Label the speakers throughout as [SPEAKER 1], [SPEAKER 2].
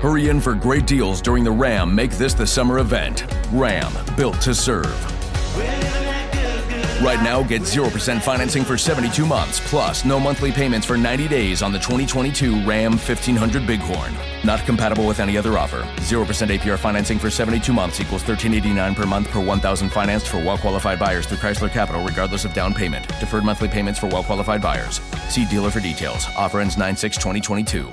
[SPEAKER 1] Hurry in for great deals during the Ram Make This the Summer event. Ram, built to serve. Right now, get 0% financing for 72 months, plus no monthly payments for 90 days on the 2022 Ram 1500 Bighorn. Not compatible with any other offer. 0% APR financing for 72 months equals 1389 per month per 1000 financed for well-qualified buyers through Chrysler Capital regardless of down payment. Deferred monthly payments for well-qualified buyers. See dealer for details. Offer ends 9-6-2022.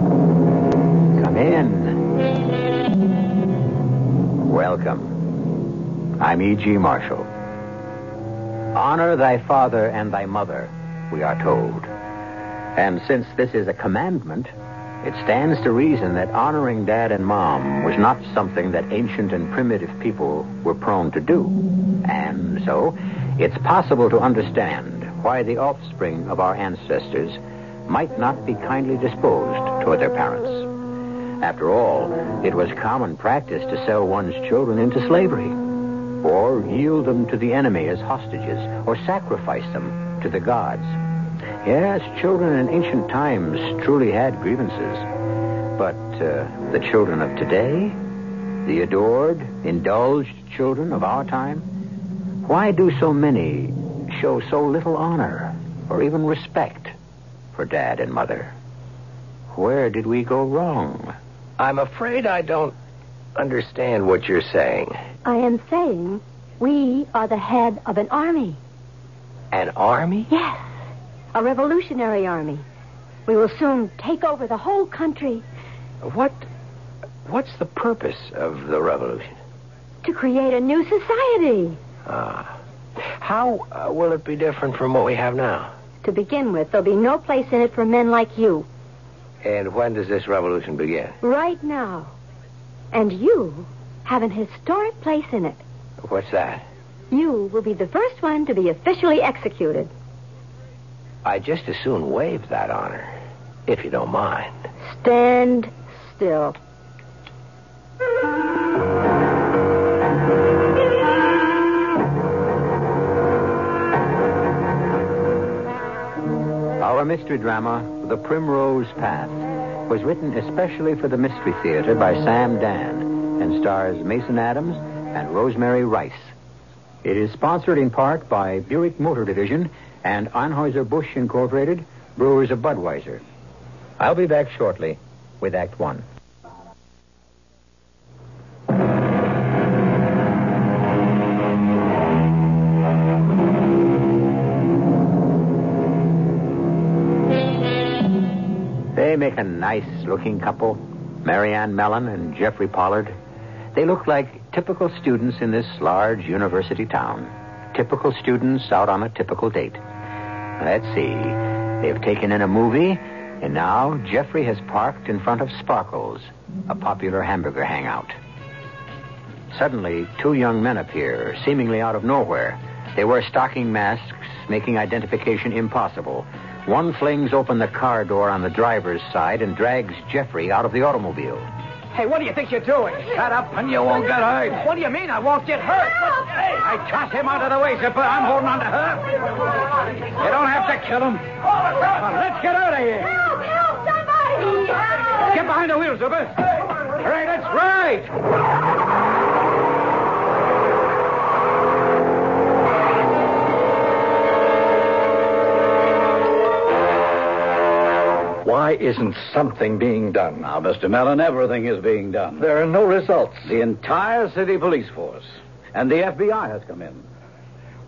[SPEAKER 2] Come in. Welcome. I'm E.G. Marshall. Honor thy father and thy mother, we are told. And since this is a commandment, it stands to reason that honoring dad and mom was not something that ancient and primitive people were prone to do. And so, it's possible to understand why the offspring of our ancestors might not be kindly disposed toward their parents. After all, it was common practice to sell one's children into slavery, or yield them to the enemy as hostages, or sacrifice them to the gods. Yes, children in ancient times truly had grievances. But uh, the children of today, the adored, indulged children of our time, why do so many show so little honor or even respect for dad and mother? Where did we go wrong?
[SPEAKER 3] I'm afraid I don't understand what you're saying.
[SPEAKER 4] I am saying we are the head of an army.
[SPEAKER 3] An army?
[SPEAKER 4] Yes, a revolutionary army. We will soon take over the whole country
[SPEAKER 3] What? What's the purpose of the revolution?
[SPEAKER 4] to create a new society.
[SPEAKER 3] Ah. How uh, will it be different from what we have now?
[SPEAKER 4] To begin with, there'll be no place in it for men like you
[SPEAKER 3] And when does this revolution begin?
[SPEAKER 4] right now. And you have an historic place in it.
[SPEAKER 3] What's that?
[SPEAKER 4] You will be the first one to be officially executed.
[SPEAKER 3] I just as soon waive that honor, if you don't mind.
[SPEAKER 4] Stand still.
[SPEAKER 2] Our mystery drama, The Primrose Path, was written especially for the Mystery Theater by Sam Dan and stars Mason Adams and Rosemary Rice. It is sponsored in part by Buick Motor Division and Anheuser-Busch Incorporated, Brewers of Budweiser. I'll be back shortly with Act One. They make a nice looking couple, Marianne Mellon and Jeffrey Pollard. They look like typical students in this large university town. Typical students out on a typical date. Let's see. They've taken in a movie, and now Jeffrey has parked in front of Sparkles, a popular hamburger hangout. Suddenly, two young men appear, seemingly out of nowhere. They wear stocking masks, making identification impossible. One flings open the car door on the driver's side and drags Jeffrey out of the automobile.
[SPEAKER 5] Hey, what do you think you're doing? Shut up and you won't get hurt. What do you mean I won't get hurt? Hey, I tossed him out of the way, Zipper. I'm holding on to her. You don't have to kill him. Now, let's get out of here.
[SPEAKER 4] Help! Help! Somebody!
[SPEAKER 5] Get behind the wheel, Zipper. Hurry, let's ride.
[SPEAKER 6] Why isn't something being done? Now, Mr. Mellon, everything is being done. There are no results. The entire city police force and the FBI has come in.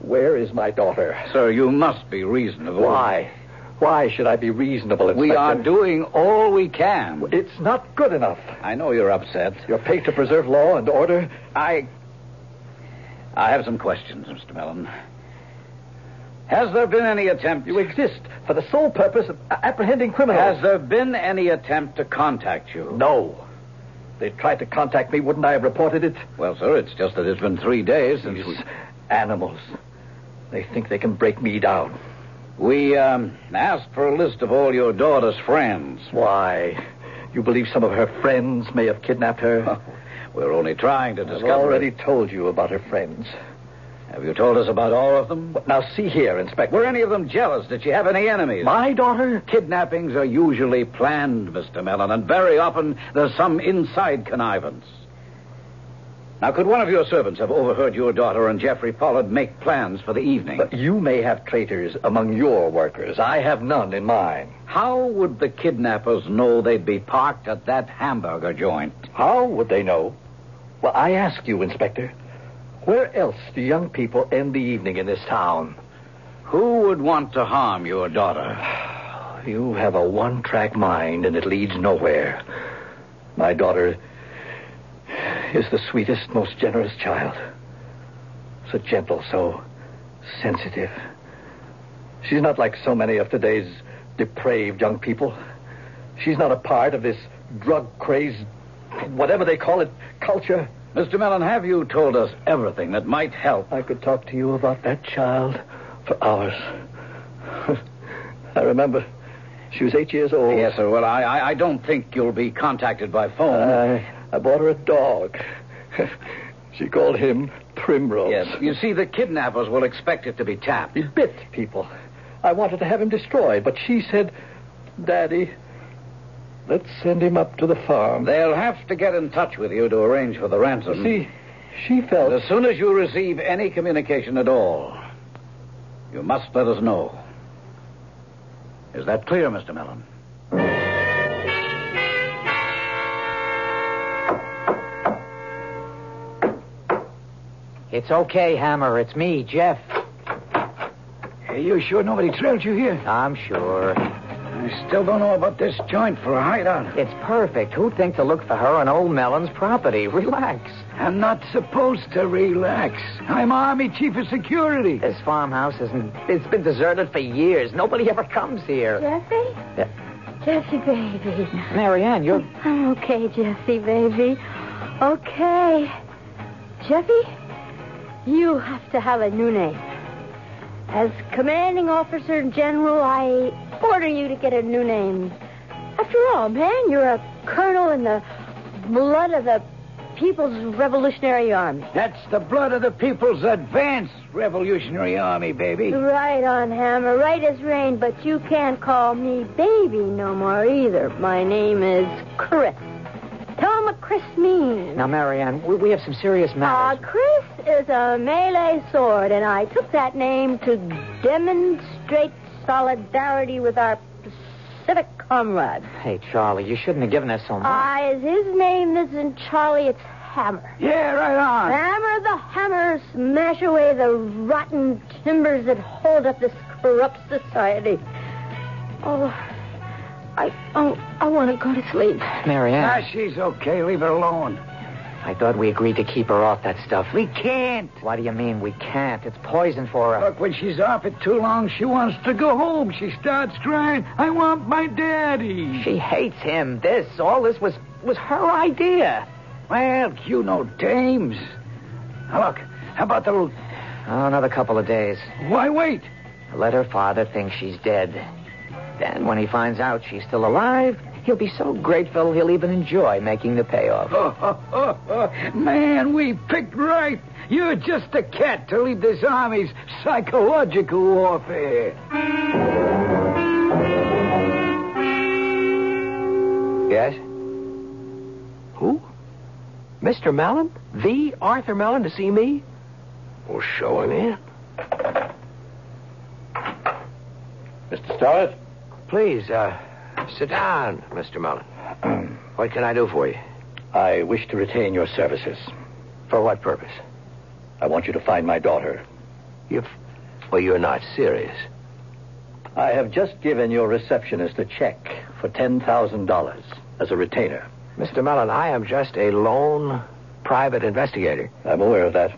[SPEAKER 6] Where is my daughter? Sir, you must be reasonable. Why?
[SPEAKER 7] Why should I be reasonable, Inspector?
[SPEAKER 2] We are doing all we can.
[SPEAKER 7] It's not good enough.
[SPEAKER 2] I know you're upset.
[SPEAKER 7] You're paid to preserve law and order.
[SPEAKER 2] I. I have some questions, Mr. Mellon. Has there been any attempt.
[SPEAKER 7] You exist for the sole purpose of apprehending criminals.
[SPEAKER 2] Has there been any attempt to contact you?
[SPEAKER 7] No. They tried to contact me. Wouldn't I have reported it?
[SPEAKER 2] Well, sir, it's just that it's been three days since
[SPEAKER 7] These
[SPEAKER 2] we.
[SPEAKER 7] animals. They think they can break me down.
[SPEAKER 2] We um, asked for a list of all your daughter's friends.
[SPEAKER 7] Why? You believe some of her friends may have kidnapped her?
[SPEAKER 2] We're only trying to
[SPEAKER 7] I've
[SPEAKER 2] discover.
[SPEAKER 7] already
[SPEAKER 2] it.
[SPEAKER 7] told you about her friends.
[SPEAKER 2] Have you told us about all of them?
[SPEAKER 7] But now see here, Inspector.
[SPEAKER 2] Were any of them jealous? Did she have any enemies?
[SPEAKER 7] My daughter?
[SPEAKER 2] Kidnappings are usually planned, Mr. Mellon, and very often there's some inside connivance. Now, could one of your servants have overheard your daughter and Jeffrey Pollard make plans for the evening?
[SPEAKER 7] But you may have traitors among your workers. I have none in mine.
[SPEAKER 2] How would the kidnappers know they'd be parked at that hamburger joint?
[SPEAKER 7] How would they know? Well, I ask you, Inspector, where else do young people end the evening in this town?
[SPEAKER 2] Who would want to harm your daughter?
[SPEAKER 7] You have a one track mind, and it leads nowhere. My daughter is the sweetest, most generous child. So gentle, so sensitive. She's not like so many of today's depraved young people. She's not a part of this drug crazed, whatever they call it, culture.
[SPEAKER 2] Mr. Mellon, have you told us everything that might help?
[SPEAKER 7] I could talk to you about that child for hours. I remember she was eight years old.
[SPEAKER 2] Yes, sir. Well, I, I, I don't think you'll be contacted by phone.
[SPEAKER 7] I, I bought her a dog. she called him Primrose.
[SPEAKER 2] yes. You see, the kidnappers will expect it to be tapped.
[SPEAKER 7] He bit people. I wanted to have him destroyed, but she said, Daddy, let's send him up to the farm.
[SPEAKER 2] They'll have to get in touch with you to arrange for the ransom.
[SPEAKER 7] See, she felt.
[SPEAKER 2] And as soon as you receive any communication at all, you must let us know. Is that clear, Mr. Mellon?
[SPEAKER 8] It's okay, Hammer. It's me, Jeff.
[SPEAKER 2] Are you sure nobody trailed you here?
[SPEAKER 8] I'm sure.
[SPEAKER 2] I still don't know about this joint for a hideout.
[SPEAKER 8] It's perfect. Who'd think to look for her on old Mellon's property? Relax.
[SPEAKER 2] I'm not supposed to relax. I'm Army Chief of Security.
[SPEAKER 8] This farmhouse isn't. It's been deserted for years. Nobody ever comes here.
[SPEAKER 4] Jeffy? Jeffy, baby.
[SPEAKER 8] Marianne, you're.
[SPEAKER 4] I'm Oh, okay, Jeffy, baby. Okay. Jeffy, you have to have a new name. As commanding officer and general, I order you to get a new name. After all, man, you're a colonel in the blood of the People's Revolutionary Army.
[SPEAKER 2] That's the blood of the People's Advance Revolutionary Army, baby.
[SPEAKER 4] Right on, Hammer, right as rain, but you can't call me baby no more either. My name is Chris. Tell him what Chris means.
[SPEAKER 8] Now, Marianne, we, we have some serious
[SPEAKER 4] Uh,
[SPEAKER 8] matters.
[SPEAKER 4] Chris is a melee sword, and I took that name to demonstrate solidarity with our Pacific comrades.
[SPEAKER 8] hey, Charlie, you shouldn't have given us so much.
[SPEAKER 4] I is his name isn't Charlie, it's Hammer.
[SPEAKER 2] Yeah, right on.
[SPEAKER 4] Hammer the hammer, smash away the rotten timbers that hold up this corrupt society. Oh, I, oh, I want to go to sleep.
[SPEAKER 8] Marianne,
[SPEAKER 2] Ah, she's okay. Leave her alone.
[SPEAKER 8] I thought we agreed to keep her off that stuff.
[SPEAKER 2] We can't.
[SPEAKER 8] What do you mean we can't? It's poison for her.
[SPEAKER 2] Look, when she's off it too long, she wants to go home. She starts crying. I want my daddy.
[SPEAKER 8] She hates him. This, all this was was her idea.
[SPEAKER 2] Well, you know dames. Now, look, how about the little...
[SPEAKER 8] Oh, another couple of days.
[SPEAKER 2] Why wait?
[SPEAKER 8] Let her father think she's dead. Then, when he finds out she's still alive, he'll be so grateful he'll even enjoy making the payoff.
[SPEAKER 2] Oh, oh, oh, oh. Man, we picked right. You're just a cat to lead this army's psychological warfare.
[SPEAKER 8] Yes?
[SPEAKER 9] Who? Mr. Mallon? The Arthur Mallon to see me? Well, show him in.
[SPEAKER 2] Mr. Starrett?
[SPEAKER 9] Please, uh, sit down, Mr. Mallon. what can I do for you?
[SPEAKER 7] I wish to retain your services.
[SPEAKER 9] For what purpose?
[SPEAKER 7] I want you to find my daughter.
[SPEAKER 9] You've. Well, you're not serious.
[SPEAKER 2] I have just given your receptionist a check for $10,000 as a retainer.
[SPEAKER 8] Mr. Mellon, I am just a lone private investigator.
[SPEAKER 2] I'm aware of that.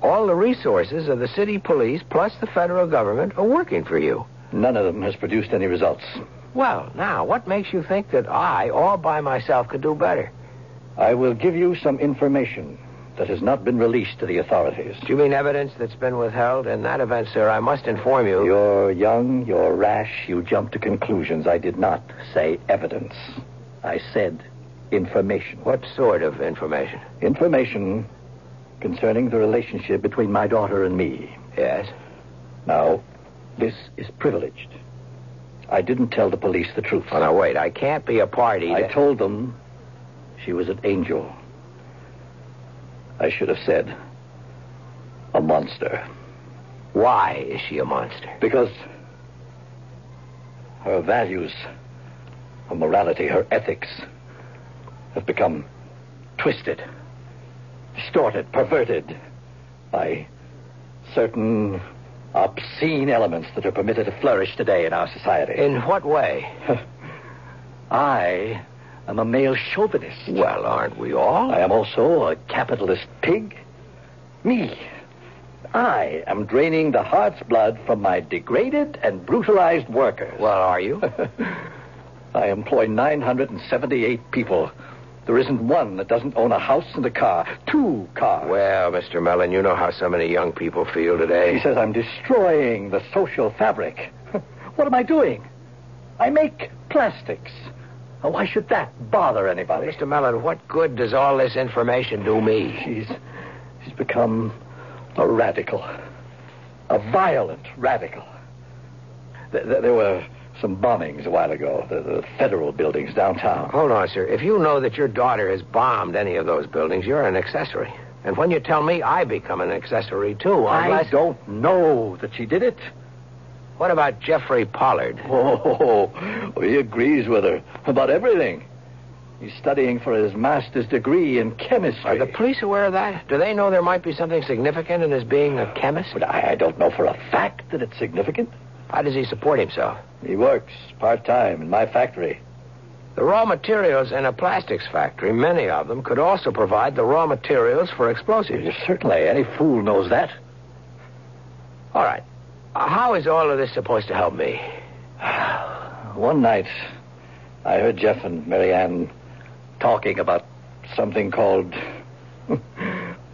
[SPEAKER 8] All the resources of the city police plus the federal government are working for you.
[SPEAKER 2] None of them has produced any results.
[SPEAKER 8] Well, now, what makes you think that I, all by myself, could do better?
[SPEAKER 2] I will give you some information that has not been released to the authorities.
[SPEAKER 8] Do you mean evidence that's been withheld? In that event, sir, I must inform you.
[SPEAKER 2] You're young, you're rash, you jump to conclusions. I did not say evidence. I said information.
[SPEAKER 8] What sort of information?
[SPEAKER 2] Information concerning the relationship between my daughter and me.
[SPEAKER 8] Yes.
[SPEAKER 2] Now, this is privileged. I didn't tell the police the truth.
[SPEAKER 8] Oh, now, wait. I can't be a party.
[SPEAKER 2] I
[SPEAKER 8] to-
[SPEAKER 2] told them she was an angel. I should have said a monster.
[SPEAKER 8] Why is she a monster?
[SPEAKER 2] Because her values, her morality, her ethics have become twisted, distorted, perverted by certain obscene elements that are permitted to flourish today in our society.
[SPEAKER 8] In what way?
[SPEAKER 2] I am a male chauvinist.
[SPEAKER 8] Well, aren't we all?
[SPEAKER 2] I am also a capitalist pig. Me. I am draining the heart's blood from my degraded and brutalized workers.
[SPEAKER 8] Well, are you?
[SPEAKER 2] I employ 978 people. There isn't one that doesn't own a house and a car. Two cars.
[SPEAKER 8] well, Mr. Mellon, you know how so many young people feel today.
[SPEAKER 2] He says I'm destroying the social fabric. What am I doing? I make plastics. Now, Why should that bother anybody?
[SPEAKER 8] Mr. Mellon, what good does all this information do me?
[SPEAKER 2] She's she's become a radical, a violent radical. Th- th- there were some bombings a while ago. The, the federal buildings downtown.
[SPEAKER 8] Hold on, sir. If you know that your daughter has bombed any of those buildings, you're an accessory. And when you tell me, I become an accessory, too, unless...
[SPEAKER 2] I don't know that she did it.
[SPEAKER 8] What about Jeffrey Pollard?
[SPEAKER 2] Oh, he agrees with her about everything. He's studying for his master's degree in chemistry.
[SPEAKER 8] Are the police aware of that? Do they know there might be something significant in his being a chemist?
[SPEAKER 2] But I, I don't know for a fact that it's significant.
[SPEAKER 8] How does he support himself?
[SPEAKER 2] He works part time in my factory.
[SPEAKER 8] The raw materials in a plastics factory, many of them, could also provide the raw materials for explosives.
[SPEAKER 2] Certainly, any fool knows that.
[SPEAKER 8] All right. Uh, How is all of this supposed to help me?
[SPEAKER 2] One night, I heard Jeff and Mary Ann talking about something called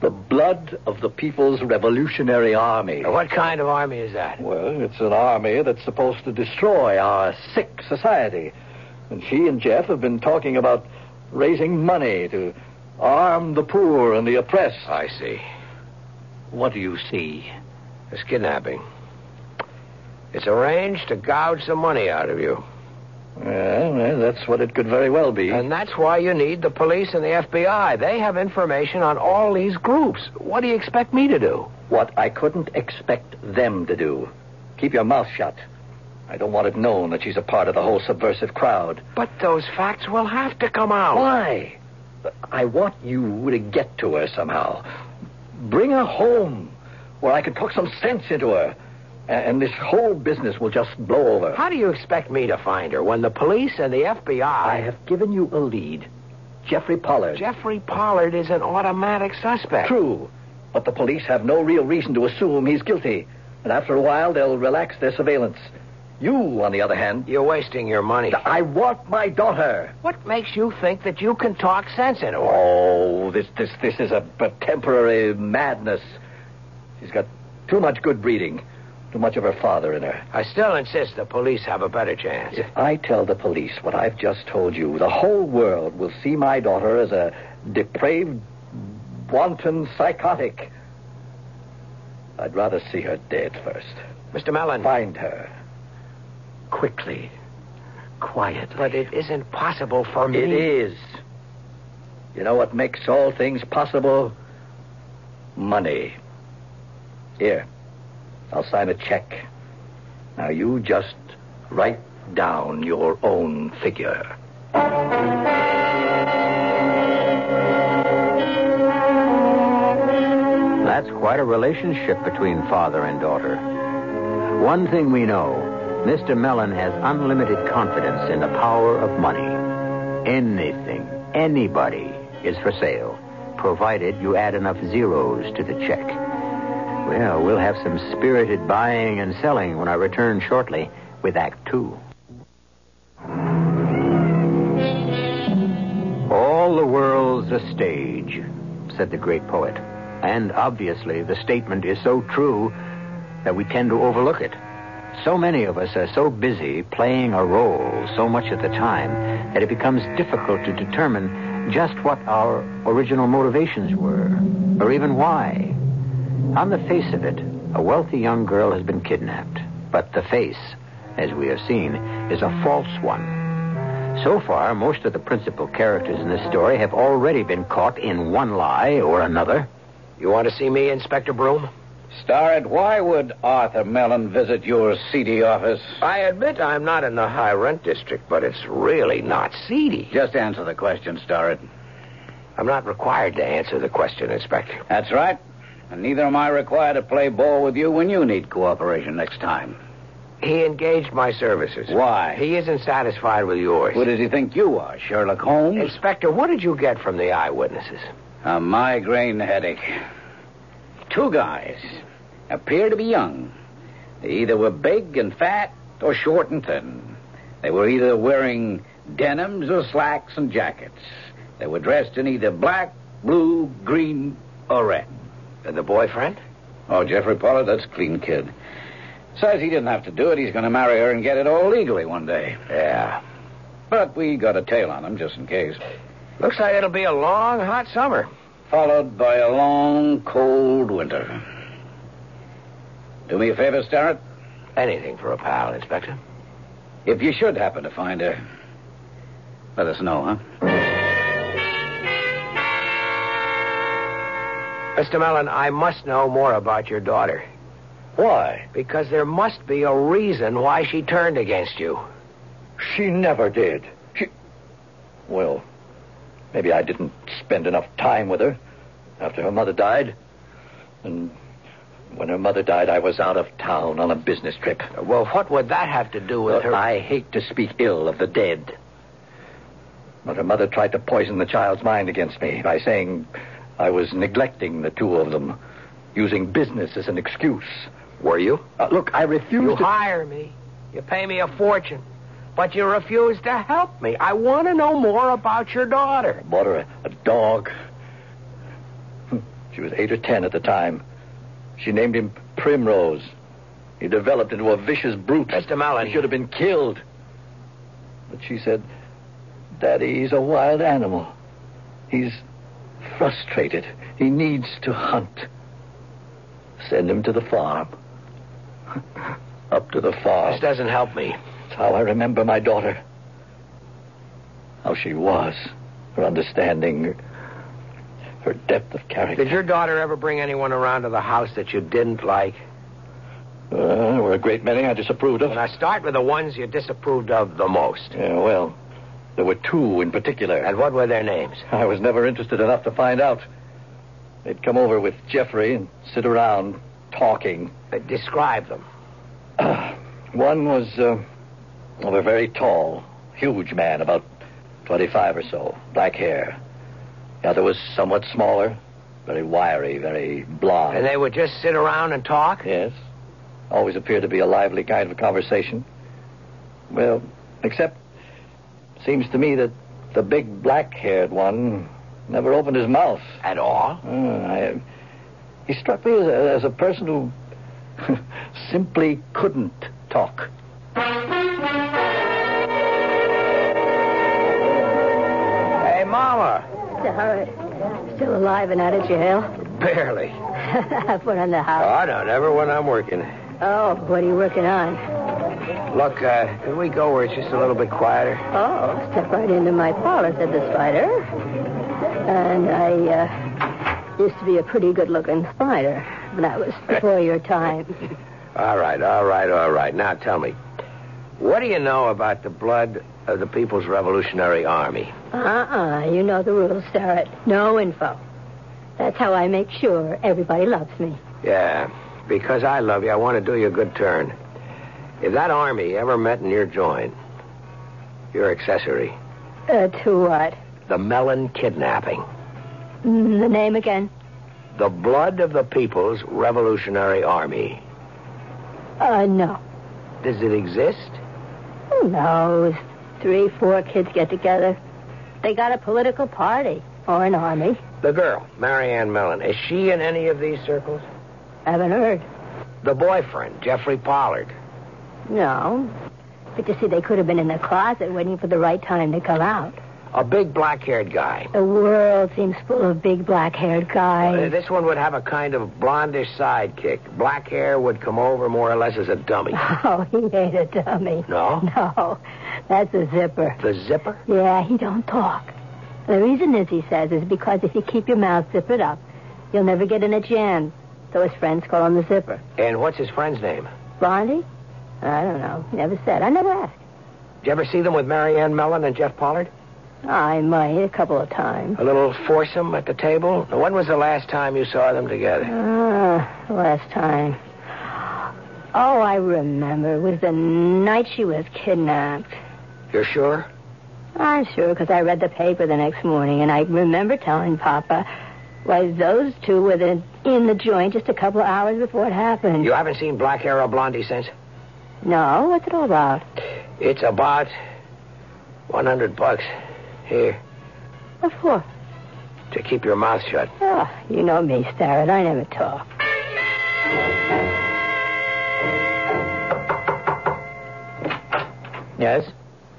[SPEAKER 2] the Blood of the People's Revolutionary Army.
[SPEAKER 8] What kind of army is that?
[SPEAKER 2] Well, it's an army that's supposed to destroy our sick society. And she and Jeff have been talking about raising money to arm the poor and the oppressed.
[SPEAKER 8] I see.
[SPEAKER 2] What do you see?
[SPEAKER 8] It's kidnapping. It's arranged to gouge some money out of you.
[SPEAKER 2] Well, well, that's what it could very well be.
[SPEAKER 8] And that's why you need the police and the FBI. They have information on all these groups. What do you expect me to do?
[SPEAKER 2] what I couldn't expect them to do. Keep your mouth shut. I don't want it known that she's a part of the whole subversive crowd.
[SPEAKER 8] But those facts will have to come out.
[SPEAKER 2] Why? I want you to get to her somehow. Bring her home where I can talk some sense into her. A- And this whole business will just blow over.
[SPEAKER 8] How do you expect me to find her when the police and the FBI.
[SPEAKER 2] I have given you a lead. Jeffrey Pollard.
[SPEAKER 8] Jeffrey Pollard is an automatic suspect.
[SPEAKER 2] True. But the police have no real reason to assume he's guilty. And after a while, they'll relax their surveillance. You, on the other hand,
[SPEAKER 8] You're wasting your money.
[SPEAKER 2] I want my daughter.
[SPEAKER 8] What makes you think that you can talk sense into her?
[SPEAKER 2] Oh, this this this is a, a temporary madness. She's got too much good breeding, too much of her father in her.
[SPEAKER 8] I still insist the police have a better chance.
[SPEAKER 2] If I tell the police what I've just told you, the whole world will see my daughter as a depraved, wanton psychotic. I'd rather see her dead first.
[SPEAKER 8] Mr. Mellon.
[SPEAKER 2] Find her. Quickly. Quietly.
[SPEAKER 8] But it isn't possible for me.
[SPEAKER 2] It is. You know what makes all things possible? Money. Here, I'll sign a check. Now you just write down your own figure.
[SPEAKER 10] That's quite a relationship between father and daughter. One thing we know
[SPEAKER 8] Mr. Mellon has unlimited confidence in the power of money. Anything, anybody is for sale, provided you add enough zeros to the check. Well, we'll have some spirited buying and selling when I return shortly with Act Two. All the world's a stage, said the great poet. And obviously, the statement is so true that we tend to overlook it. So many of us are so busy playing a role so much at the time that it becomes difficult to determine just what our original motivations were, or even why. On the face of it, a wealthy young girl has been kidnapped. But the face, as we have seen, is a false one. So far, most of the principal characters in this story have already been caught in one lie or another. You want to see me, Inspector Broom?
[SPEAKER 11] Starrett, why would Arthur Mellon visit your seedy office?
[SPEAKER 12] I admit I'm not in the high rent district, but it's really not seedy.
[SPEAKER 11] Just answer the question, Starrett.
[SPEAKER 12] I'm not required to answer the question, Inspector.
[SPEAKER 11] That's right. And neither am I required to play ball with you when you need cooperation next time.
[SPEAKER 12] He engaged my services.
[SPEAKER 11] Why?
[SPEAKER 12] He isn't satisfied with yours.
[SPEAKER 11] Who does he think you are, Sherlock Holmes?
[SPEAKER 12] Inspector, what did you get from the eyewitnesses?
[SPEAKER 11] A migraine headache. Two guys appear to be young. They either were big and fat or short and thin. They were either wearing denims or slacks and jackets. They were dressed in either black, blue, green, or red.
[SPEAKER 12] And the boyfriend?
[SPEAKER 11] Oh, Jeffrey Pollard, that's a clean kid. Says he didn't have to do it. He's going to marry her and get it all legally one day.
[SPEAKER 12] Yeah.
[SPEAKER 11] But we got a tail on him just in case.
[SPEAKER 12] Looks like it'll be a long, hot summer.
[SPEAKER 11] Followed by a long, cold winter. Do me a favor, Starrett.
[SPEAKER 12] Anything for a pal, Inspector.
[SPEAKER 11] If you should happen to find her, let us know, huh?
[SPEAKER 12] Mr. Mellon, I must know more about your daughter.
[SPEAKER 2] Why?
[SPEAKER 12] Because there must be a reason why she turned against you.
[SPEAKER 2] She never did. She. Well, maybe I didn't spend enough time with her after her mother died. And when her mother died, I was out of town on a business trip.
[SPEAKER 12] Well, what would that have to do with
[SPEAKER 2] Look,
[SPEAKER 12] her?
[SPEAKER 2] I hate to speak ill of the dead. But her mother tried to poison the child's mind against me by saying I was neglecting the two of them, using business as an excuse.
[SPEAKER 12] Were you?
[SPEAKER 2] Uh, look, I refuse
[SPEAKER 12] You
[SPEAKER 2] to.
[SPEAKER 12] hire me. You pay me a fortune. But you refuse to help me. I want to know more about your daughter.
[SPEAKER 2] bought her a, a dog. She was eight or ten at the time. She named him Primrose. He developed into a vicious brute.
[SPEAKER 12] Mr. Mallon.
[SPEAKER 2] He should have been killed. But she said, Daddy, he's a wild animal. He's frustrated. He needs to hunt. Send him to the farm. Up to the farm.
[SPEAKER 12] This doesn't help me.
[SPEAKER 2] That's how I remember my daughter. How she was, her understanding, her depth of character.
[SPEAKER 12] Did your daughter ever bring anyone around to the house that you didn't like?
[SPEAKER 2] Uh, there were a great many I disapproved of.
[SPEAKER 12] And I start with the ones you disapproved of the most.
[SPEAKER 2] Yeah, well, there were two in particular.
[SPEAKER 12] And what were their names?
[SPEAKER 2] I was never interested enough to find out. They'd come over with Jeffrey and sit around talking.
[SPEAKER 12] Uh, Describe them.
[SPEAKER 2] One was uh, well, a very tall, huge man, about 25 or so, black hair. The other was somewhat smaller, very wiry, very blond.
[SPEAKER 12] And they would just sit around and talk?
[SPEAKER 2] Yes. Always appeared to be a lively kind of conversation. Well, except seems to me that the big black-haired one never opened his mouth.
[SPEAKER 12] At all?
[SPEAKER 2] Uh, I, he struck me as a, as a person who simply couldn't talk.
[SPEAKER 12] Hey, Mama.
[SPEAKER 4] Sorry. Still alive and out of jail?
[SPEAKER 12] Barely.
[SPEAKER 4] I put on the
[SPEAKER 12] Oh,
[SPEAKER 4] house.
[SPEAKER 12] I don't ever when I'm working.
[SPEAKER 4] Oh, what are you working on?
[SPEAKER 12] Look, uh, can we go where it's just a little bit quieter?
[SPEAKER 4] Oh, step right into my parlor, said the spider. And I uh, used to be a pretty good looking spider, but that was before your time.
[SPEAKER 12] All right, all right, all right. Now tell me, what do you know about the blood of the People's Revolutionary Army?
[SPEAKER 4] Uh-uh, you know the rules, Starrett. No info. That's how I make sure everybody loves me.
[SPEAKER 12] Yeah, because I love you, I want to do you a good turn.
[SPEAKER 2] If that army ever met in your joint, your accessory,
[SPEAKER 4] Uh, to what?
[SPEAKER 2] the Mellon kidnapping,
[SPEAKER 4] Mm, The name again?
[SPEAKER 2] the blood of the People's Revolutionary Army,
[SPEAKER 4] Uh, no.
[SPEAKER 2] does it exist?
[SPEAKER 4] Who knows? Three, four kids get together. They got a political party or an army.
[SPEAKER 2] The girl, Marianne Mellon, is she in any of these circles?
[SPEAKER 4] Haven't heard.
[SPEAKER 2] The boyfriend, Jeffrey Pollard.
[SPEAKER 4] No. But you see, they could have been in the closet waiting for the right time to come out.
[SPEAKER 2] A big black haired guy.
[SPEAKER 4] The world seems full of big black haired
[SPEAKER 2] Uh,
[SPEAKER 4] guys.
[SPEAKER 2] this one would have a kind of blondish sidekick. Black hair would come over more or less as a dummy.
[SPEAKER 4] Oh, he ain't a dummy.
[SPEAKER 2] No?
[SPEAKER 4] No. That's a zipper.
[SPEAKER 2] The zipper?
[SPEAKER 4] Yeah, he don't talk. The reason is, he says, is because if you keep your mouth zippered up, you'll never get in a jam. So his friends call him the zipper.
[SPEAKER 2] And what's his friend's name?
[SPEAKER 4] Blondie? I don't know. Never said. I never asked.
[SPEAKER 2] Did you ever see them with Marianne Mellon and Jeff Pollard?
[SPEAKER 4] I might a couple of times.
[SPEAKER 2] A little foursome at the table? Now, When was the last time you saw them together?
[SPEAKER 4] Ah, last time. Oh, I remember. It was the night she was kidnapped.
[SPEAKER 2] You're sure?
[SPEAKER 4] I'm sure, because I read the paper the next morning, and I remember telling Papa, why, those two were the, in the joint just a couple of hours before it happened.
[SPEAKER 2] You haven't seen Black Hair or Blondie since?
[SPEAKER 4] No, what's it all about?
[SPEAKER 2] It's about 100 bucks. Here,
[SPEAKER 4] What for?
[SPEAKER 2] to keep your mouth shut.
[SPEAKER 4] Oh, you know me, Starrett. I never talk.
[SPEAKER 8] Yes?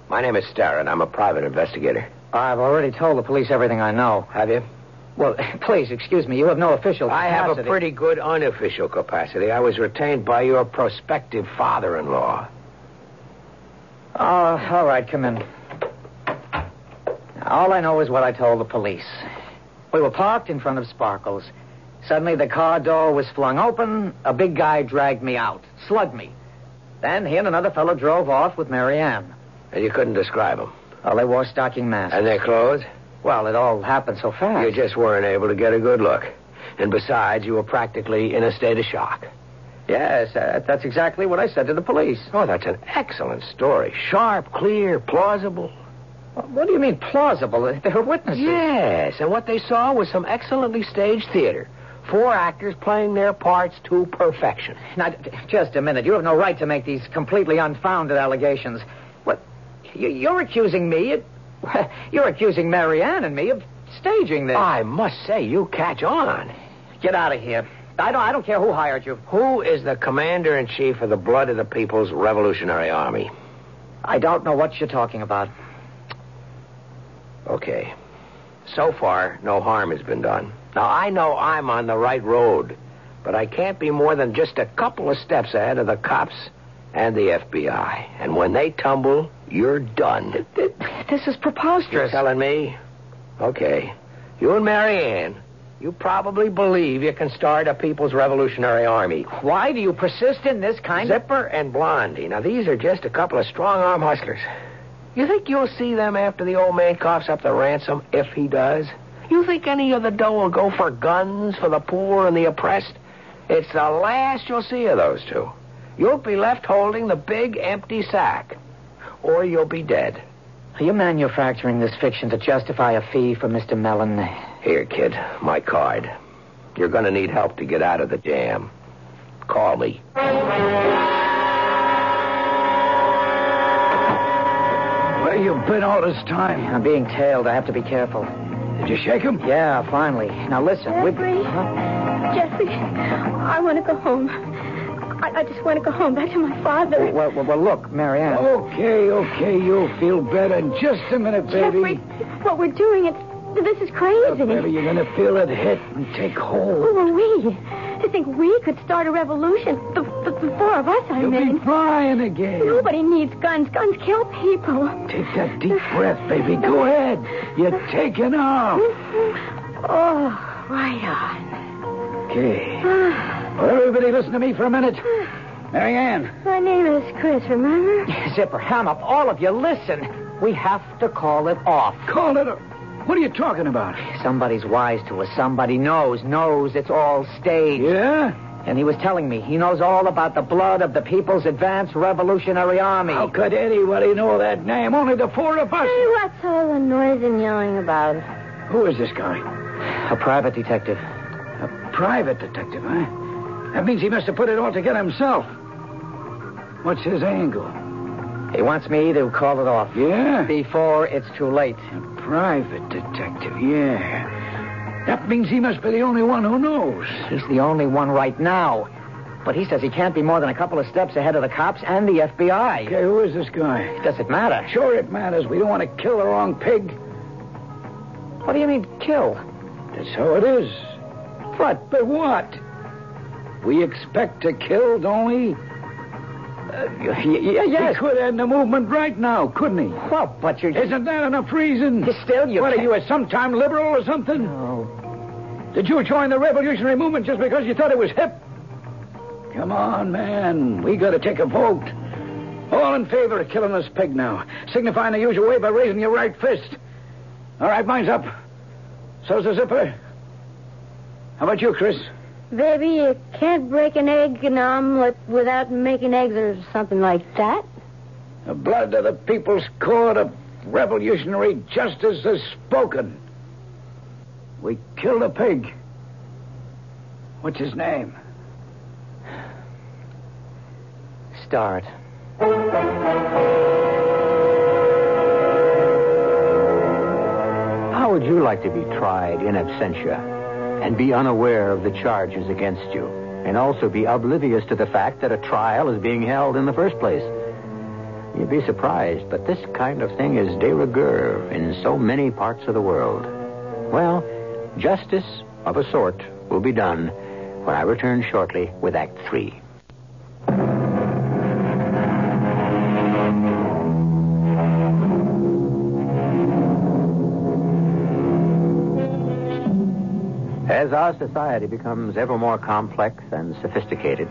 [SPEAKER 2] My name is Starrett. I'm a private investigator.
[SPEAKER 8] I've already told the police everything I know.
[SPEAKER 2] Have you?
[SPEAKER 8] Well, please, excuse me. You have no official
[SPEAKER 2] I have a
[SPEAKER 8] capacity.
[SPEAKER 2] pretty good unofficial capacity. I was retained by your prospective father in law.
[SPEAKER 8] Uh, all right, come in. All I know is what I told the police. We were parked in front of Sparkles. Suddenly, the car door was flung open. A big guy dragged me out, slugged me. Then he and another fellow drove off with Marianne.
[SPEAKER 2] And you couldn't describe them.
[SPEAKER 8] Well, they wore stocking masks.
[SPEAKER 2] And their clothes?
[SPEAKER 8] Well, it all happened so fast.
[SPEAKER 2] You just weren't able to get a good look. And besides, you were practically in a state of shock.
[SPEAKER 8] Yes, uh, that's exactly what I said to the police.
[SPEAKER 2] Oh, that's an excellent story. Sharp, clear, plausible.
[SPEAKER 8] What do you mean plausible? They were witnesses.
[SPEAKER 2] Yes, and what they saw was some excellently staged theater. Four actors playing their parts to perfection.
[SPEAKER 8] Now, j- just a minute. You have no right to make these completely unfounded allegations. What? You, you're accusing me? Of, you're accusing Marianne and me of staging this.
[SPEAKER 2] I must say, you catch on.
[SPEAKER 8] Get out of here. I don't. I don't care who hired you.
[SPEAKER 2] Who is the commander in chief of the Blood of the People's Revolutionary Army?
[SPEAKER 8] I don't know what you're talking about.
[SPEAKER 2] Okay. So far, no harm has been done. Now, I know I'm on the right road, but I can't be more than just a couple of steps ahead of the cops and the FBI. And when they tumble, you're done.
[SPEAKER 8] This is
[SPEAKER 2] You're
[SPEAKER 8] preposterous.
[SPEAKER 2] telling me? Okay. You and Marianne, you probably believe you can start a People's Revolutionary Army.
[SPEAKER 8] Why do you persist in this kind of?
[SPEAKER 2] Zipper and Blondie. Now, these are just a couple of strong arm hustlers. You think you'll see them after the old man coughs up the ransom, if he does? You think any of the dough will go for guns for the poor and the oppressed? It's the last you'll see of those two. You'll be left holding the big empty sack, or you'll be dead.
[SPEAKER 8] Are you manufacturing this fiction to justify a fee for Mr. Mellon?
[SPEAKER 2] Here, kid, my card. You're going to need help to get out of the jam. Call me.
[SPEAKER 13] Where you been all this time?
[SPEAKER 8] I'm being tailed. I have to be careful.
[SPEAKER 13] Did you shake him?
[SPEAKER 8] Yeah, finally. Now listen. we-
[SPEAKER 4] Jeffrey. Jeffrey, I want to go home. I, I just want to go home back to my father.
[SPEAKER 8] Well, well, well, look, Marianne.
[SPEAKER 13] Okay, okay, you'll feel better in just a minute,
[SPEAKER 4] Jeffrey,
[SPEAKER 13] baby.
[SPEAKER 4] what we're doing, it's, this is crazy.
[SPEAKER 13] Baby, you're gonna feel it hit and take
[SPEAKER 4] Who
[SPEAKER 13] hold.
[SPEAKER 4] are we? To think we could start a revolution. The, the, the four of us, I
[SPEAKER 13] You'll be
[SPEAKER 4] mean.
[SPEAKER 13] fine again.
[SPEAKER 4] Nobody needs guns. Guns kill people.
[SPEAKER 13] Take that deep breath, baby. Go ahead. You're taking off.
[SPEAKER 4] Oh, right on.
[SPEAKER 13] Okay. Well, everybody listen to me for a minute. Marianne.
[SPEAKER 4] My name is Chris, remember?
[SPEAKER 8] Zipper, ham up, all of you, listen. We have to call it off.
[SPEAKER 13] Call it a... What are you talking about?
[SPEAKER 8] Somebody's wise to us. Somebody knows, knows it's all staged.
[SPEAKER 13] Yeah?
[SPEAKER 8] And he was telling me he knows all about the blood of the People's Advance Revolutionary Army. How
[SPEAKER 2] could anybody know that name? Only the four of us.
[SPEAKER 4] Hey, what's all the noise and yelling about?
[SPEAKER 2] Who is this guy?
[SPEAKER 8] A private detective.
[SPEAKER 2] Private detective, huh? That means he must have put it all together himself. What's his angle?
[SPEAKER 8] He wants me to call it off.
[SPEAKER 2] Yeah?
[SPEAKER 8] Before it's too late.
[SPEAKER 2] Private detective, yeah. That means he must be the only one who knows.
[SPEAKER 8] He's the only one right now. But he says he can't be more than a couple of steps ahead of the cops and the FBI.
[SPEAKER 2] Okay, who is this guy?
[SPEAKER 8] Does it matter?
[SPEAKER 2] Sure, it matters. We don't want to kill the wrong pig.
[SPEAKER 8] What do you mean, kill?
[SPEAKER 2] That's how it is. But, but what? We expect to kill, Uh, don't we?
[SPEAKER 8] yes.
[SPEAKER 2] He could end the movement right now, couldn't he?
[SPEAKER 8] Well, but you're...
[SPEAKER 2] Isn't that enough reason?
[SPEAKER 8] But still, you
[SPEAKER 2] What are
[SPEAKER 8] can't-
[SPEAKER 2] you, a sometime liberal or something? No. Did you join the revolutionary movement just because you thought it was hip? Come on, man. We gotta take a vote. All in favor of killing this pig now. Signifying the usual way by raising your right fist. All right, mine's up. So's the zipper. How about you, Chris?
[SPEAKER 4] Baby, you can't break an egg and omelet without making eggs or something like that.
[SPEAKER 2] The blood of the people's court of revolutionary justice has spoken. We killed a pig. What's his name?
[SPEAKER 8] Start.
[SPEAKER 14] How would you like to be tried in absentia and be unaware of the charges against you and also be oblivious to the fact that a trial is being held in the first place? You'd be surprised, but this kind of thing is de rigueur in so many parts of the world. Well, justice of a sort will be done when I return shortly with Act Three. As our society becomes ever more complex and sophisticated,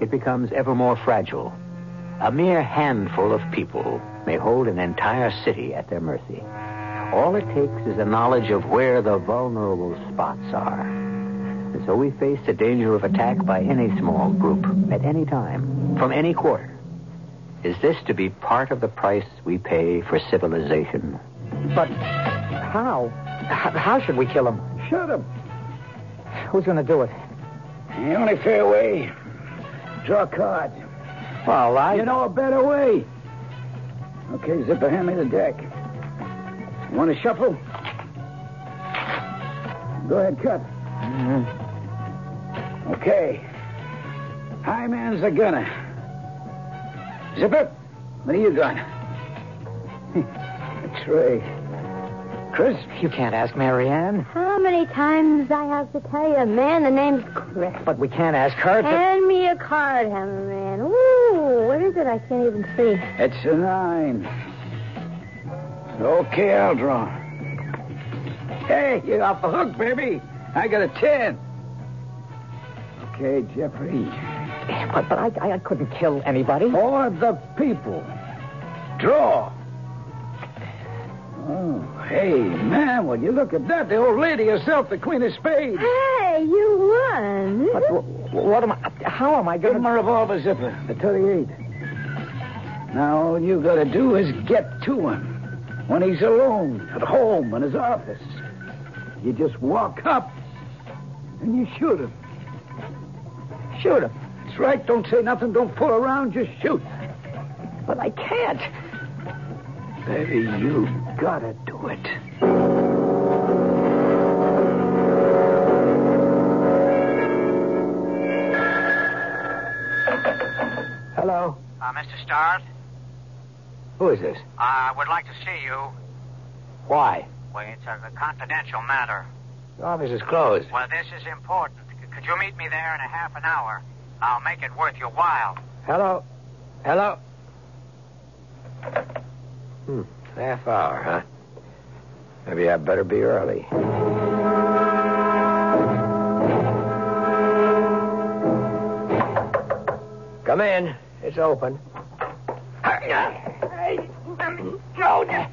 [SPEAKER 14] it becomes ever more fragile. A mere handful of people may hold an entire city at their mercy. All it takes is a knowledge of where the vulnerable spots are. And so we face the danger of attack by any small group at any time, from any quarter. Is this to be part of the price we pay for civilization?
[SPEAKER 8] But how? H- how should we kill him?
[SPEAKER 2] Shut up.
[SPEAKER 8] Who's going to do it?
[SPEAKER 2] The only fair way. Draw a card.
[SPEAKER 8] Well, I...
[SPEAKER 2] You know a better way. Okay, Zipper, hand me the deck. You want to shuffle? Go ahead, cut.
[SPEAKER 14] Mm-hmm.
[SPEAKER 2] Okay. High man's the gunner. Zipper, what do you got? That's right. Chris,
[SPEAKER 8] You can't ask Marianne.
[SPEAKER 4] How many times I have to tell you, a man, the name's Chris.
[SPEAKER 8] But we can't ask her to...
[SPEAKER 4] Hand me a card, Hammer Man. Ooh, what is it? I can't even see.
[SPEAKER 2] it's a nine. Okay, I'll draw. Hey, you're off the hook, baby. I got a ten. Okay, Jeffrey.
[SPEAKER 8] But, but I, I, I couldn't kill anybody.
[SPEAKER 2] Or the people. Draw. Oh, hey, man, will you look at that? The old lady herself, the queen of spades.
[SPEAKER 4] Hey, you won.
[SPEAKER 8] But wh- what am I... How am I
[SPEAKER 2] Give
[SPEAKER 8] going
[SPEAKER 2] him
[SPEAKER 8] to...
[SPEAKER 2] a revolver zipper, the 38. Now, all you gotta do is get to him. When he's alone, at home, in his office. You just walk up and you shoot him. Shoot him. That's right. Don't say nothing. Don't fool around. Just shoot.
[SPEAKER 8] But I can't.
[SPEAKER 2] Baby, you gotta do it.
[SPEAKER 15] Hello?
[SPEAKER 8] Uh, Mr. Starr,
[SPEAKER 15] Who is this?
[SPEAKER 8] I would like to see you.
[SPEAKER 15] Why?
[SPEAKER 8] Well, it's a confidential matter.
[SPEAKER 15] The office is closed.
[SPEAKER 8] Well, this is important. C- Could you meet me there in a half an hour? I'll make it worth your while.
[SPEAKER 15] Hello? Hello? Hmm. Half hour, huh? Maybe I better be early. Come in. It's open.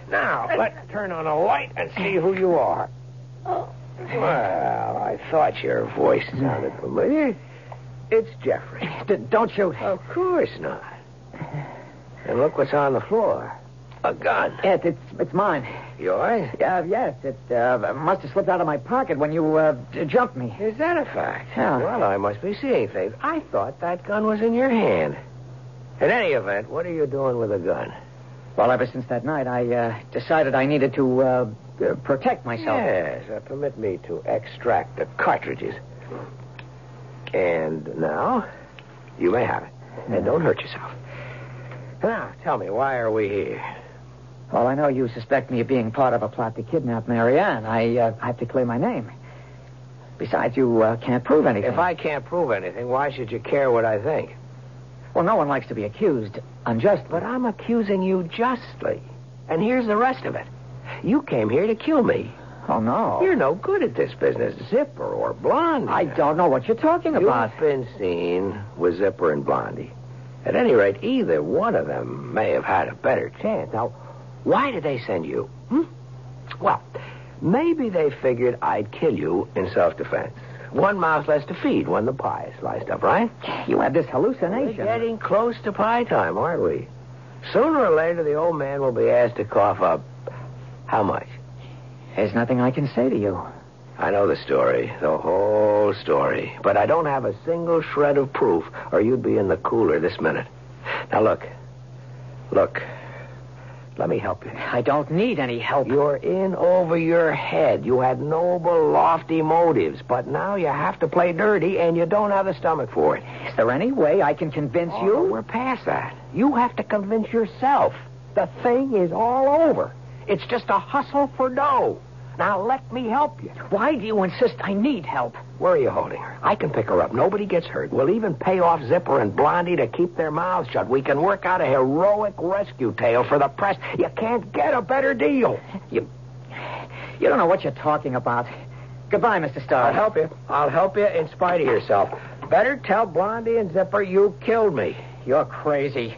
[SPEAKER 15] Now, let's turn on a light and see who you are. Well, I thought your voice sounded familiar.
[SPEAKER 2] It's Jeffrey. Eh, don't you? Of course not. And look what's on the floor. A gun.
[SPEAKER 8] Yes, it's, it's mine.
[SPEAKER 2] Yours?
[SPEAKER 8] Uh, yes, it uh, must have slipped out of my pocket when you uh, j- jumped me.
[SPEAKER 2] Is that a fact?
[SPEAKER 8] Yeah.
[SPEAKER 2] Well, I must be seeing things. I thought that gun was in your hand. In any event, what are you doing with a gun?
[SPEAKER 8] Well, ever since that night, I uh, decided I needed to uh, uh, protect myself.
[SPEAKER 2] Yes, uh, permit me to extract the cartridges. And now, you may have it. And don't hurt yourself. Now, tell me, why are we here?
[SPEAKER 8] Well, I know you suspect me of being part of a plot to kidnap Marianne. I, uh, I have to clear my name. Besides, you uh, can't prove anything.
[SPEAKER 2] If I can't prove anything, why should you care what I think?
[SPEAKER 8] Well, no one likes to be accused unjustly.
[SPEAKER 2] But I'm accusing you justly. And here's the rest of it. You came here to kill me.
[SPEAKER 8] Oh, no.
[SPEAKER 2] You're no good at this business, Zipper or Blondie.
[SPEAKER 8] I don't know what you're talking about.
[SPEAKER 2] You've been seen with Zipper and Blondie. At any rate, either one of them may have had a better chance. Now, why did they send you? Hmm? Well, maybe they figured I'd kill you in self-defense. One mouth less to feed when the pie is sliced up, right?
[SPEAKER 8] You had this
[SPEAKER 2] We're
[SPEAKER 8] hallucination.
[SPEAKER 2] getting close to pie time, aren't we? Sooner or later, the old man will be asked to cough up how much?
[SPEAKER 8] There's nothing I can say to you.
[SPEAKER 2] I know the story, the whole story, but I don't have a single shred of proof, or you'd be in the cooler this minute. Now look, look, let me help you.
[SPEAKER 8] I don't need any help.
[SPEAKER 2] You're in over your head. You had noble, lofty motives, but now you have to play dirty, and you don't have the stomach for it.
[SPEAKER 8] Is there any way I can convince
[SPEAKER 2] Oh,
[SPEAKER 8] you?
[SPEAKER 2] we're past that. You have to convince yourself. The thing is all over. It's just a hustle for dough. Now let me help you.
[SPEAKER 8] Why do you insist I need help?
[SPEAKER 2] Where are you holding her? I can pick her up. Nobody gets hurt. We'll even pay off Zipper and Blondie to keep their mouths shut. We can work out a heroic rescue tale for the press. You can't get a better deal.
[SPEAKER 8] You, you don't know what you're talking about. Goodbye, Mr. Starr.
[SPEAKER 2] I'll help you. I'll help you in spite of yourself. Better tell Blondie and Zipper you killed me.
[SPEAKER 8] You're crazy.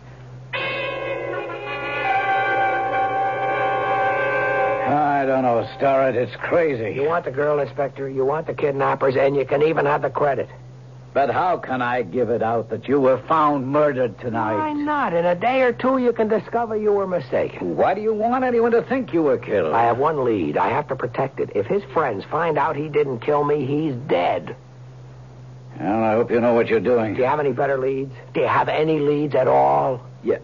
[SPEAKER 16] I don't know, Starrett. It's crazy.
[SPEAKER 2] You want the girl, Inspector. You want the kidnappers, and you can even have the credit.
[SPEAKER 16] But how can I give it out that you were found murdered
[SPEAKER 2] Why
[SPEAKER 16] tonight?
[SPEAKER 2] not? In a day or two, you can discover you were mistaken.
[SPEAKER 16] Why do you want anyone to think you were killed?
[SPEAKER 2] I have one lead. I have to protect it. If his friends find out he didn't kill me, he's dead.
[SPEAKER 16] Well, I hope you know what you're doing.
[SPEAKER 2] Do you have any better leads? Do you have any leads at all?
[SPEAKER 16] Yeah.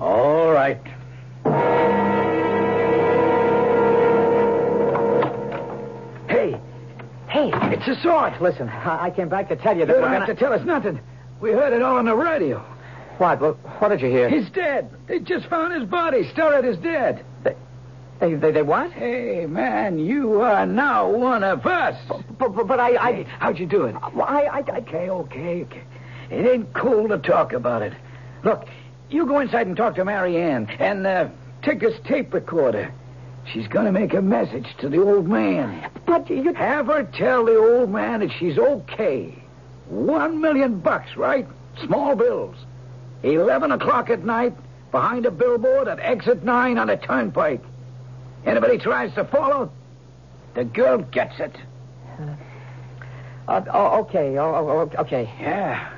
[SPEAKER 16] All right.
[SPEAKER 2] Hey, hey, it's a sword.
[SPEAKER 8] Listen, I, I came back to tell you that
[SPEAKER 16] You
[SPEAKER 8] we're
[SPEAKER 16] don't
[SPEAKER 8] gonna...
[SPEAKER 16] have to tell us nothing. We heard it all on the radio.
[SPEAKER 8] What? Well, what did you hear?
[SPEAKER 16] He's dead. They just found his body. Starrett is dead.
[SPEAKER 8] They, they, they what?
[SPEAKER 16] Hey, man, you are now one of us.
[SPEAKER 8] But, but, but I... I... Uh,
[SPEAKER 16] how'd you do it?
[SPEAKER 8] I, I, I...
[SPEAKER 16] Okay, okay, okay. It ain't cool to talk about it. Look, you go inside and talk to Marianne and uh, take this tape recorder. She's going to make a message to the old man.
[SPEAKER 8] But you...
[SPEAKER 16] Have her tell the old man that she's okay. One million bucks, right? Small bills. Eleven o'clock at night, behind a billboard at exit nine on a turnpike. Anybody tries to follow, the girl gets it.
[SPEAKER 8] Uh, oh, okay, oh, oh, oh, okay.
[SPEAKER 16] Yeah.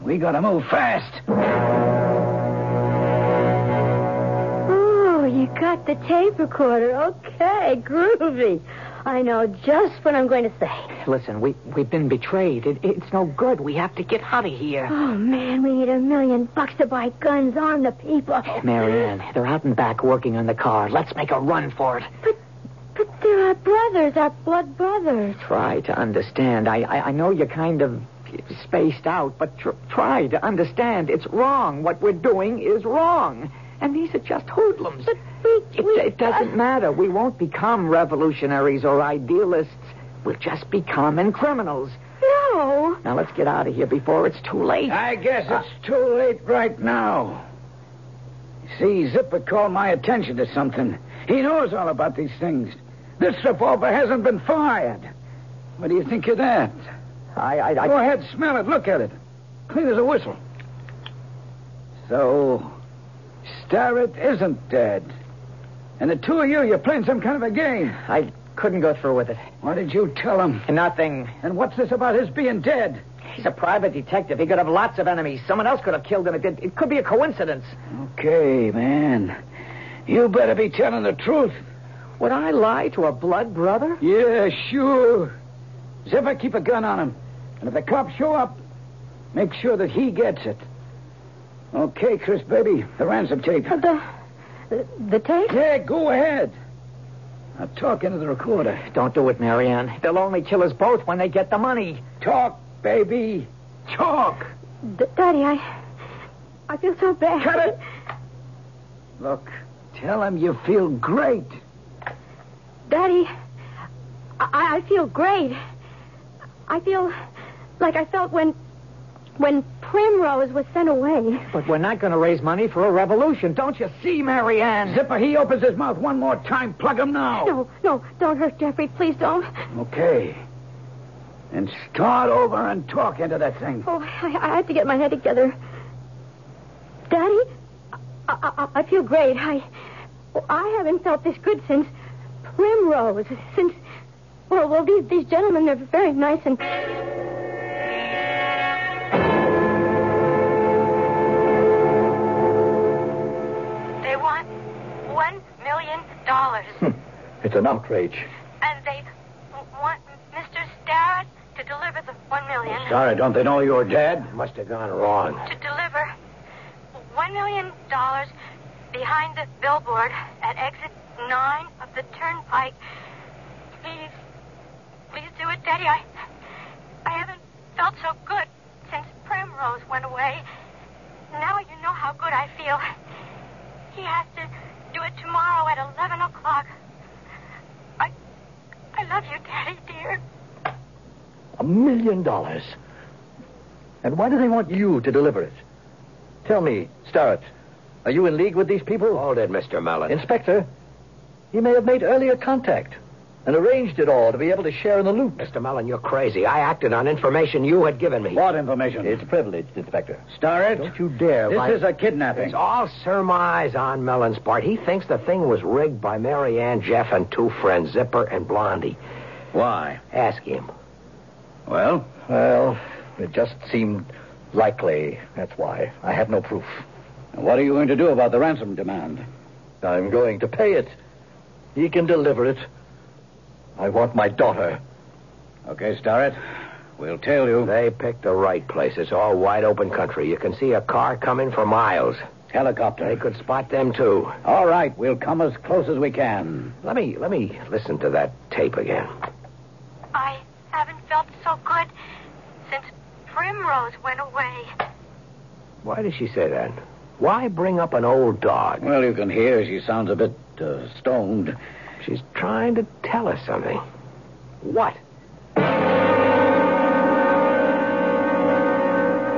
[SPEAKER 16] We gotta move fast.
[SPEAKER 4] Oh, you got the tape recorder. Okay, groovy. I know just what I'm going to say.
[SPEAKER 8] Listen, we, we've been betrayed. It, it's no good. We have to get out of here.
[SPEAKER 4] Oh, man, we need a million bucks to buy guns, arm the people.
[SPEAKER 8] Marianne, they're out and back working on the car. Let's make a run for it.
[SPEAKER 4] But they're our brothers, our blood brothers.
[SPEAKER 8] Try to understand. I, I, I know you're kind of spaced out, but tr- try to understand. It's wrong. What we're doing is wrong. And these are just hoodlums.
[SPEAKER 4] But we,
[SPEAKER 8] It,
[SPEAKER 4] we
[SPEAKER 8] it doesn't matter. We won't become revolutionaries or idealists. We'll just be common criminals.
[SPEAKER 4] No.
[SPEAKER 8] Now let's get out of here before it's too late. Uh,
[SPEAKER 16] I guess it's too late right now. See, Zipper called my attention to something. He knows all about these things. This revolver hasn't been fired. What do you think of that?
[SPEAKER 8] I, I, I
[SPEAKER 16] Go ahead, smell it, look at it. Clean as a whistle. So, Starrett isn't dead. And the two of you, you're playing some kind of a game.
[SPEAKER 8] I
[SPEAKER 3] Couldn't go through with it.
[SPEAKER 5] What did you tell him?
[SPEAKER 3] Nothing.
[SPEAKER 5] And what's this about his being dead?
[SPEAKER 3] He's a private detective. He could have lots of enemies. Someone else could have killed him. It, it, it could be a coincidence.
[SPEAKER 5] Okay, man. You better be telling the truth.
[SPEAKER 3] Would I lie to a blood brother?
[SPEAKER 5] Yeah, sure. Zipper, keep a gun on him. And if the cops show up, make sure that he gets it. Okay, Chris, baby, the ransom tape.
[SPEAKER 3] Uh,
[SPEAKER 4] The, the, the tape?
[SPEAKER 5] Yeah, go ahead. Now talk into the recorder.
[SPEAKER 3] Don't do it, Marianne. They'll only kill us both when they get the money.
[SPEAKER 5] Talk, baby. Talk.
[SPEAKER 4] D- Daddy, I. I feel so bad.
[SPEAKER 5] Cut it. Look, tell him you feel great.
[SPEAKER 4] Daddy, I, I feel great. I feel like I felt when. when Primrose was sent away.
[SPEAKER 3] But we're not going to raise money for a revolution. Don't you see, Marianne?
[SPEAKER 5] Zipper, he opens his mouth one more time. Plug him now.
[SPEAKER 4] No, no, don't hurt Jeffrey. Please don't.
[SPEAKER 5] Okay. And start over and talk into that thing.
[SPEAKER 4] Oh, I, I have to get my head together. Daddy, I, I, I feel great. I, well, I haven't felt this good since Primrose. Since, well, well, these, these gentlemen are very nice and.
[SPEAKER 13] They want one million dollars,
[SPEAKER 2] It's an outrage.
[SPEAKER 13] and they w- want Mr. Starrett to deliver the one million.
[SPEAKER 6] Sorry, don't they know you're dead?
[SPEAKER 8] Must have gone wrong.
[SPEAKER 13] To deliver one million dollars behind the billboard at exit nine of the turnpike. Please, please do it, Daddy. I, I haven't felt so good since Primrose went away. Now you know how good I feel. He has to do it tomorrow at eleven o'clock. I, I love you, Daddy dear.
[SPEAKER 2] A million dollars. And why do they want you to deliver it? Tell me, Starrett, are you in league with these people?
[SPEAKER 8] Hold it, Mr. Mellon.
[SPEAKER 2] Inspector, he may have made earlier contact and arranged it all to be able to share in the loot.
[SPEAKER 8] Mr. Mellon, you're crazy. I acted on information you had given me.
[SPEAKER 6] What information?
[SPEAKER 2] It's privileged, Inspector.
[SPEAKER 6] Starrett.
[SPEAKER 2] Don't you dare.
[SPEAKER 6] This
[SPEAKER 2] Vi-
[SPEAKER 6] is a kidnapping.
[SPEAKER 8] It's all surmise on Mellon's part. He thinks the thing was rigged by Mary Ann, Jeff, and two friends, Zipper and Blondie.
[SPEAKER 6] Why?
[SPEAKER 8] Ask him.
[SPEAKER 6] Well,
[SPEAKER 2] Well, it just seemed likely. That's why. I have no proof.
[SPEAKER 6] what are you going to do about the ransom demand?
[SPEAKER 2] I'm going to pay it. He can deliver it. I want my daughter.
[SPEAKER 6] Okay, Starrett. We'll tail you.
[SPEAKER 8] They picked the right place. It's all wide open country. You can see a car coming for miles.
[SPEAKER 6] Helicopter.
[SPEAKER 8] They could spot them too.
[SPEAKER 6] All right, we'll come as close as we can.
[SPEAKER 8] Let me let me listen to that tape again.
[SPEAKER 13] I haven't felt so good since Primrose went away.
[SPEAKER 8] Why does she say that? Why bring up an old dog?
[SPEAKER 6] Well, you can hear she sounds a bit uh, stoned.
[SPEAKER 8] She's trying to tell us something. What?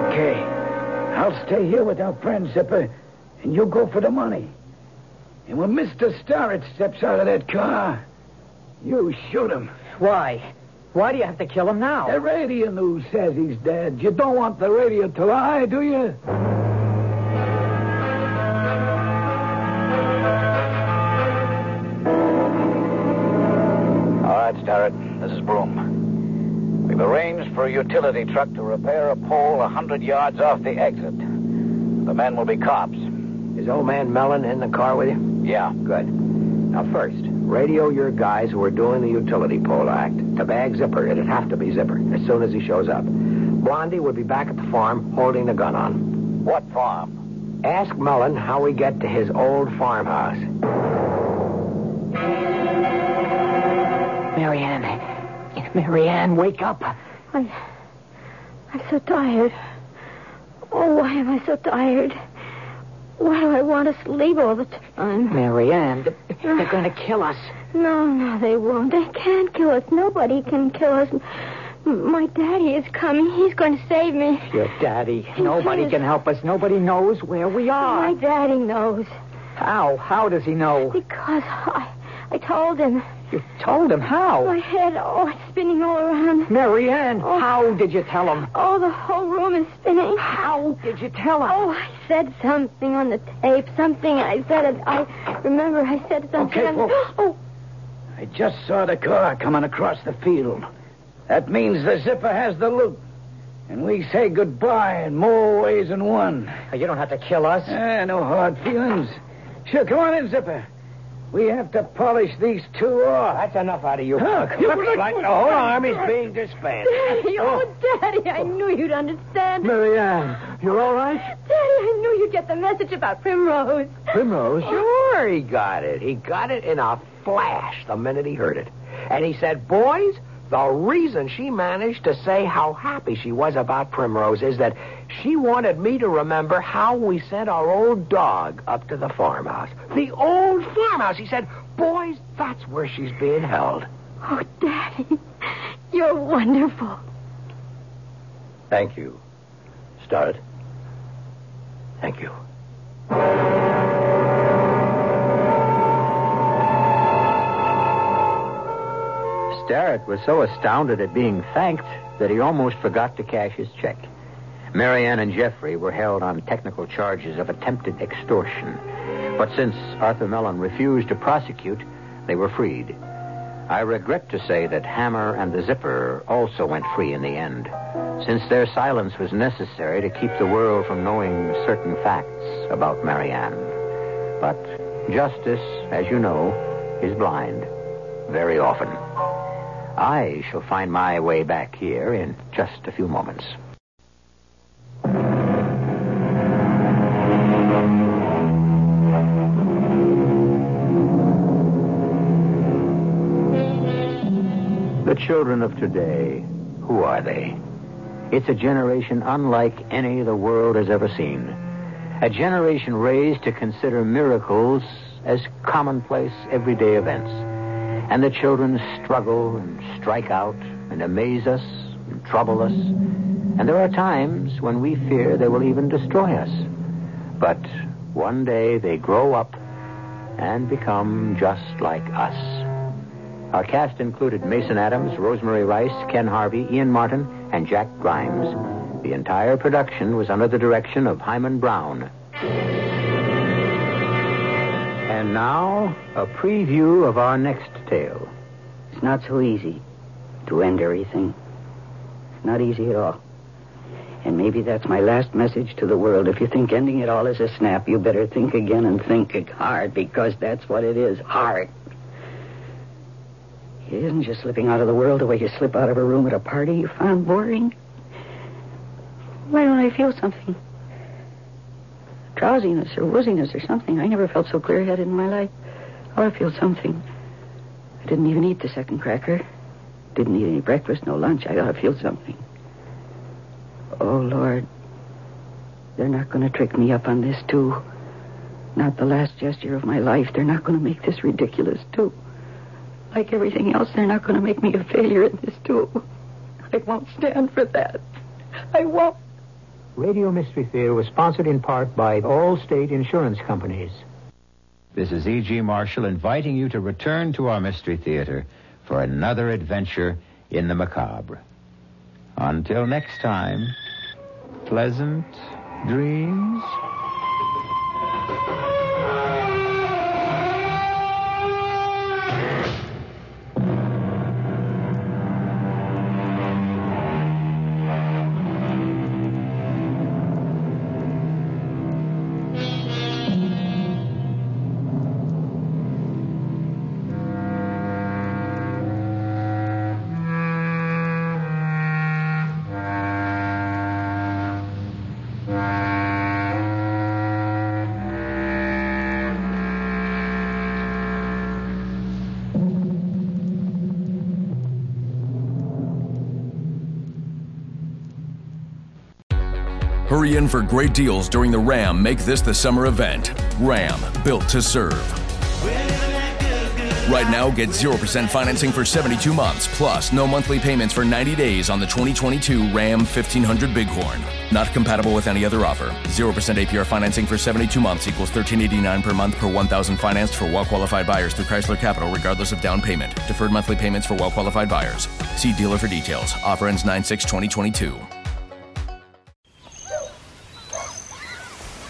[SPEAKER 5] Okay. I'll stay here with our friend, Zipper, and you go for the money. And when Mr. Starrett steps out of that car, you shoot him.
[SPEAKER 3] Why? Why do you have to kill him now?
[SPEAKER 5] The radio news says he's dead. You don't want the radio to lie, do you?
[SPEAKER 6] All right, Starrett. This is Broom. We've arranged for a utility truck to repair a pole a hundred yards off the exit. The men will be cops.
[SPEAKER 8] Is old man Mellon in the car with you?
[SPEAKER 6] Yeah.
[SPEAKER 8] Good. Now first, radio your guys who are doing the utility pole act to bag Zipper. It'd have to be Zipper as soon as he shows up. Blondie would be back at the farm holding the gun on him.
[SPEAKER 6] What farm?
[SPEAKER 8] Ask Mullen how we get to his old farmhouse.
[SPEAKER 3] Marianne. Marianne, wake up.
[SPEAKER 4] I, I'm so tired. Oh, why am I so tired? Why do I want to sleep all the time?
[SPEAKER 3] Marianne, th- they're going to kill us.
[SPEAKER 4] No, no, they won't. They can't kill us. Nobody can kill us. M- My daddy is coming. He's going to save me.
[SPEAKER 3] Your daddy. Nobody can help us. Nobody knows where we
[SPEAKER 4] My
[SPEAKER 3] are.
[SPEAKER 4] daddy knows
[SPEAKER 3] How? How does he know?
[SPEAKER 4] because I, I told him.
[SPEAKER 3] You told him
[SPEAKER 4] My
[SPEAKER 3] how?
[SPEAKER 4] head, oh, it's spinning all around.
[SPEAKER 3] Marianne, how did you tell him?
[SPEAKER 4] Oh, the whole room is spinning.
[SPEAKER 3] How did you tell him?
[SPEAKER 4] Oh, I said something on the tape. Something I said. It, I remember I said something.
[SPEAKER 6] Okay,
[SPEAKER 4] on...
[SPEAKER 6] folks.
[SPEAKER 4] Oh,
[SPEAKER 17] I just saw the car coming across the field. That means the zipper has the loot. And we say goodbye in more ways than one. Eh,
[SPEAKER 18] You don't have to kill us.
[SPEAKER 2] Uh,
[SPEAKER 17] no hard feelings. Sure, come on in, Zipper. We have to polish these two off. That's enough out of you. Look,
[SPEAKER 19] Looks like the whole army's being disbanded.
[SPEAKER 4] Daddy, oh, Daddy, I knew you'd understand.
[SPEAKER 19] Marianne, you're all right?
[SPEAKER 4] Daddy, I knew you'd get the message about Primrose.
[SPEAKER 19] Primrose? Sure, he got it. He got it in a flash the minute he heard it. And he said, Boys, the reason she managed to say how happy she was about Primrose is that she wanted me to remember how we sent our old dog up to the farmhouse. The old farmhouse. He said, Boys, that's where she's being held.
[SPEAKER 4] Oh, Daddy, you're wonderful.
[SPEAKER 20] Thank you. Start. Thank you.
[SPEAKER 8] Starrett was so astounded at being thanked that he almost forgot to cash his check. Marianne and Jeffrey were held on technical charges of attempted extortion. But since Arthur Mellon refused to prosecute, they were freed. I regret to say that Hammer and the Zipper also went free in the end, since their silence was necessary to keep the world from knowing certain facts about Marianne. But justice, as you know, is blind very often. I shall find my way back here in just a few moments. The children of today, who are they? It's a generation unlike any the world has ever seen. A generation raised to consider miracles as commonplace, everyday events. And the children struggle and strike out and amaze us and trouble us. And there are times when we fear they will even destroy us. But one day they grow up and become just like us. Our cast included Mason Adams, Rosemary Rice, Ken Harvey, Ian Martin, and Jack Grimes. The entire production was under the direction of Hyman Brown. And now, a preview of our next tale.
[SPEAKER 2] It's not so easy to end everything. It's not easy at all. And maybe that's my last message to the world. If you think ending it all is a snap, you better think again and think hard because that's what it is hard. It isn't just slipping out of the world the way you slip out of a room at a party you found boring. Why don't I feel something? Drowsiness or wooziness or something. I never felt so clear headed in my life. Oh, I ought to feel something. I didn't even eat the second cracker. Didn't eat any breakfast, no lunch. I ought to feel something. Oh, Lord. They're not going to trick me up on this, too. Not the last gesture of my life. They're not going to make this ridiculous, too. Like everything else, they're not going to make me a failure in this, too. I won't stand for that. I won't.
[SPEAKER 8] Radio Mystery Theater was sponsored in part by all state insurance companies.
[SPEAKER 21] This is E.G. Marshall inviting you to return to our Mystery Theater for another adventure in the macabre. Until next time, pleasant dreams.
[SPEAKER 1] Hurry in for great deals during the Ram Make This the Summer event. Ram, built to serve. Right now, get 0% financing for 72 months, plus no monthly payments for 90 days on the 2022 Ram 1500 Bighorn. Not compatible with any other offer. 0% APR financing for 72 months equals 1389 per month per 1000 financed for well-qualified buyers through Chrysler Capital regardless of down payment. Deferred monthly payments for well-qualified buyers. See dealer for details. Offer ends 9-6-2022.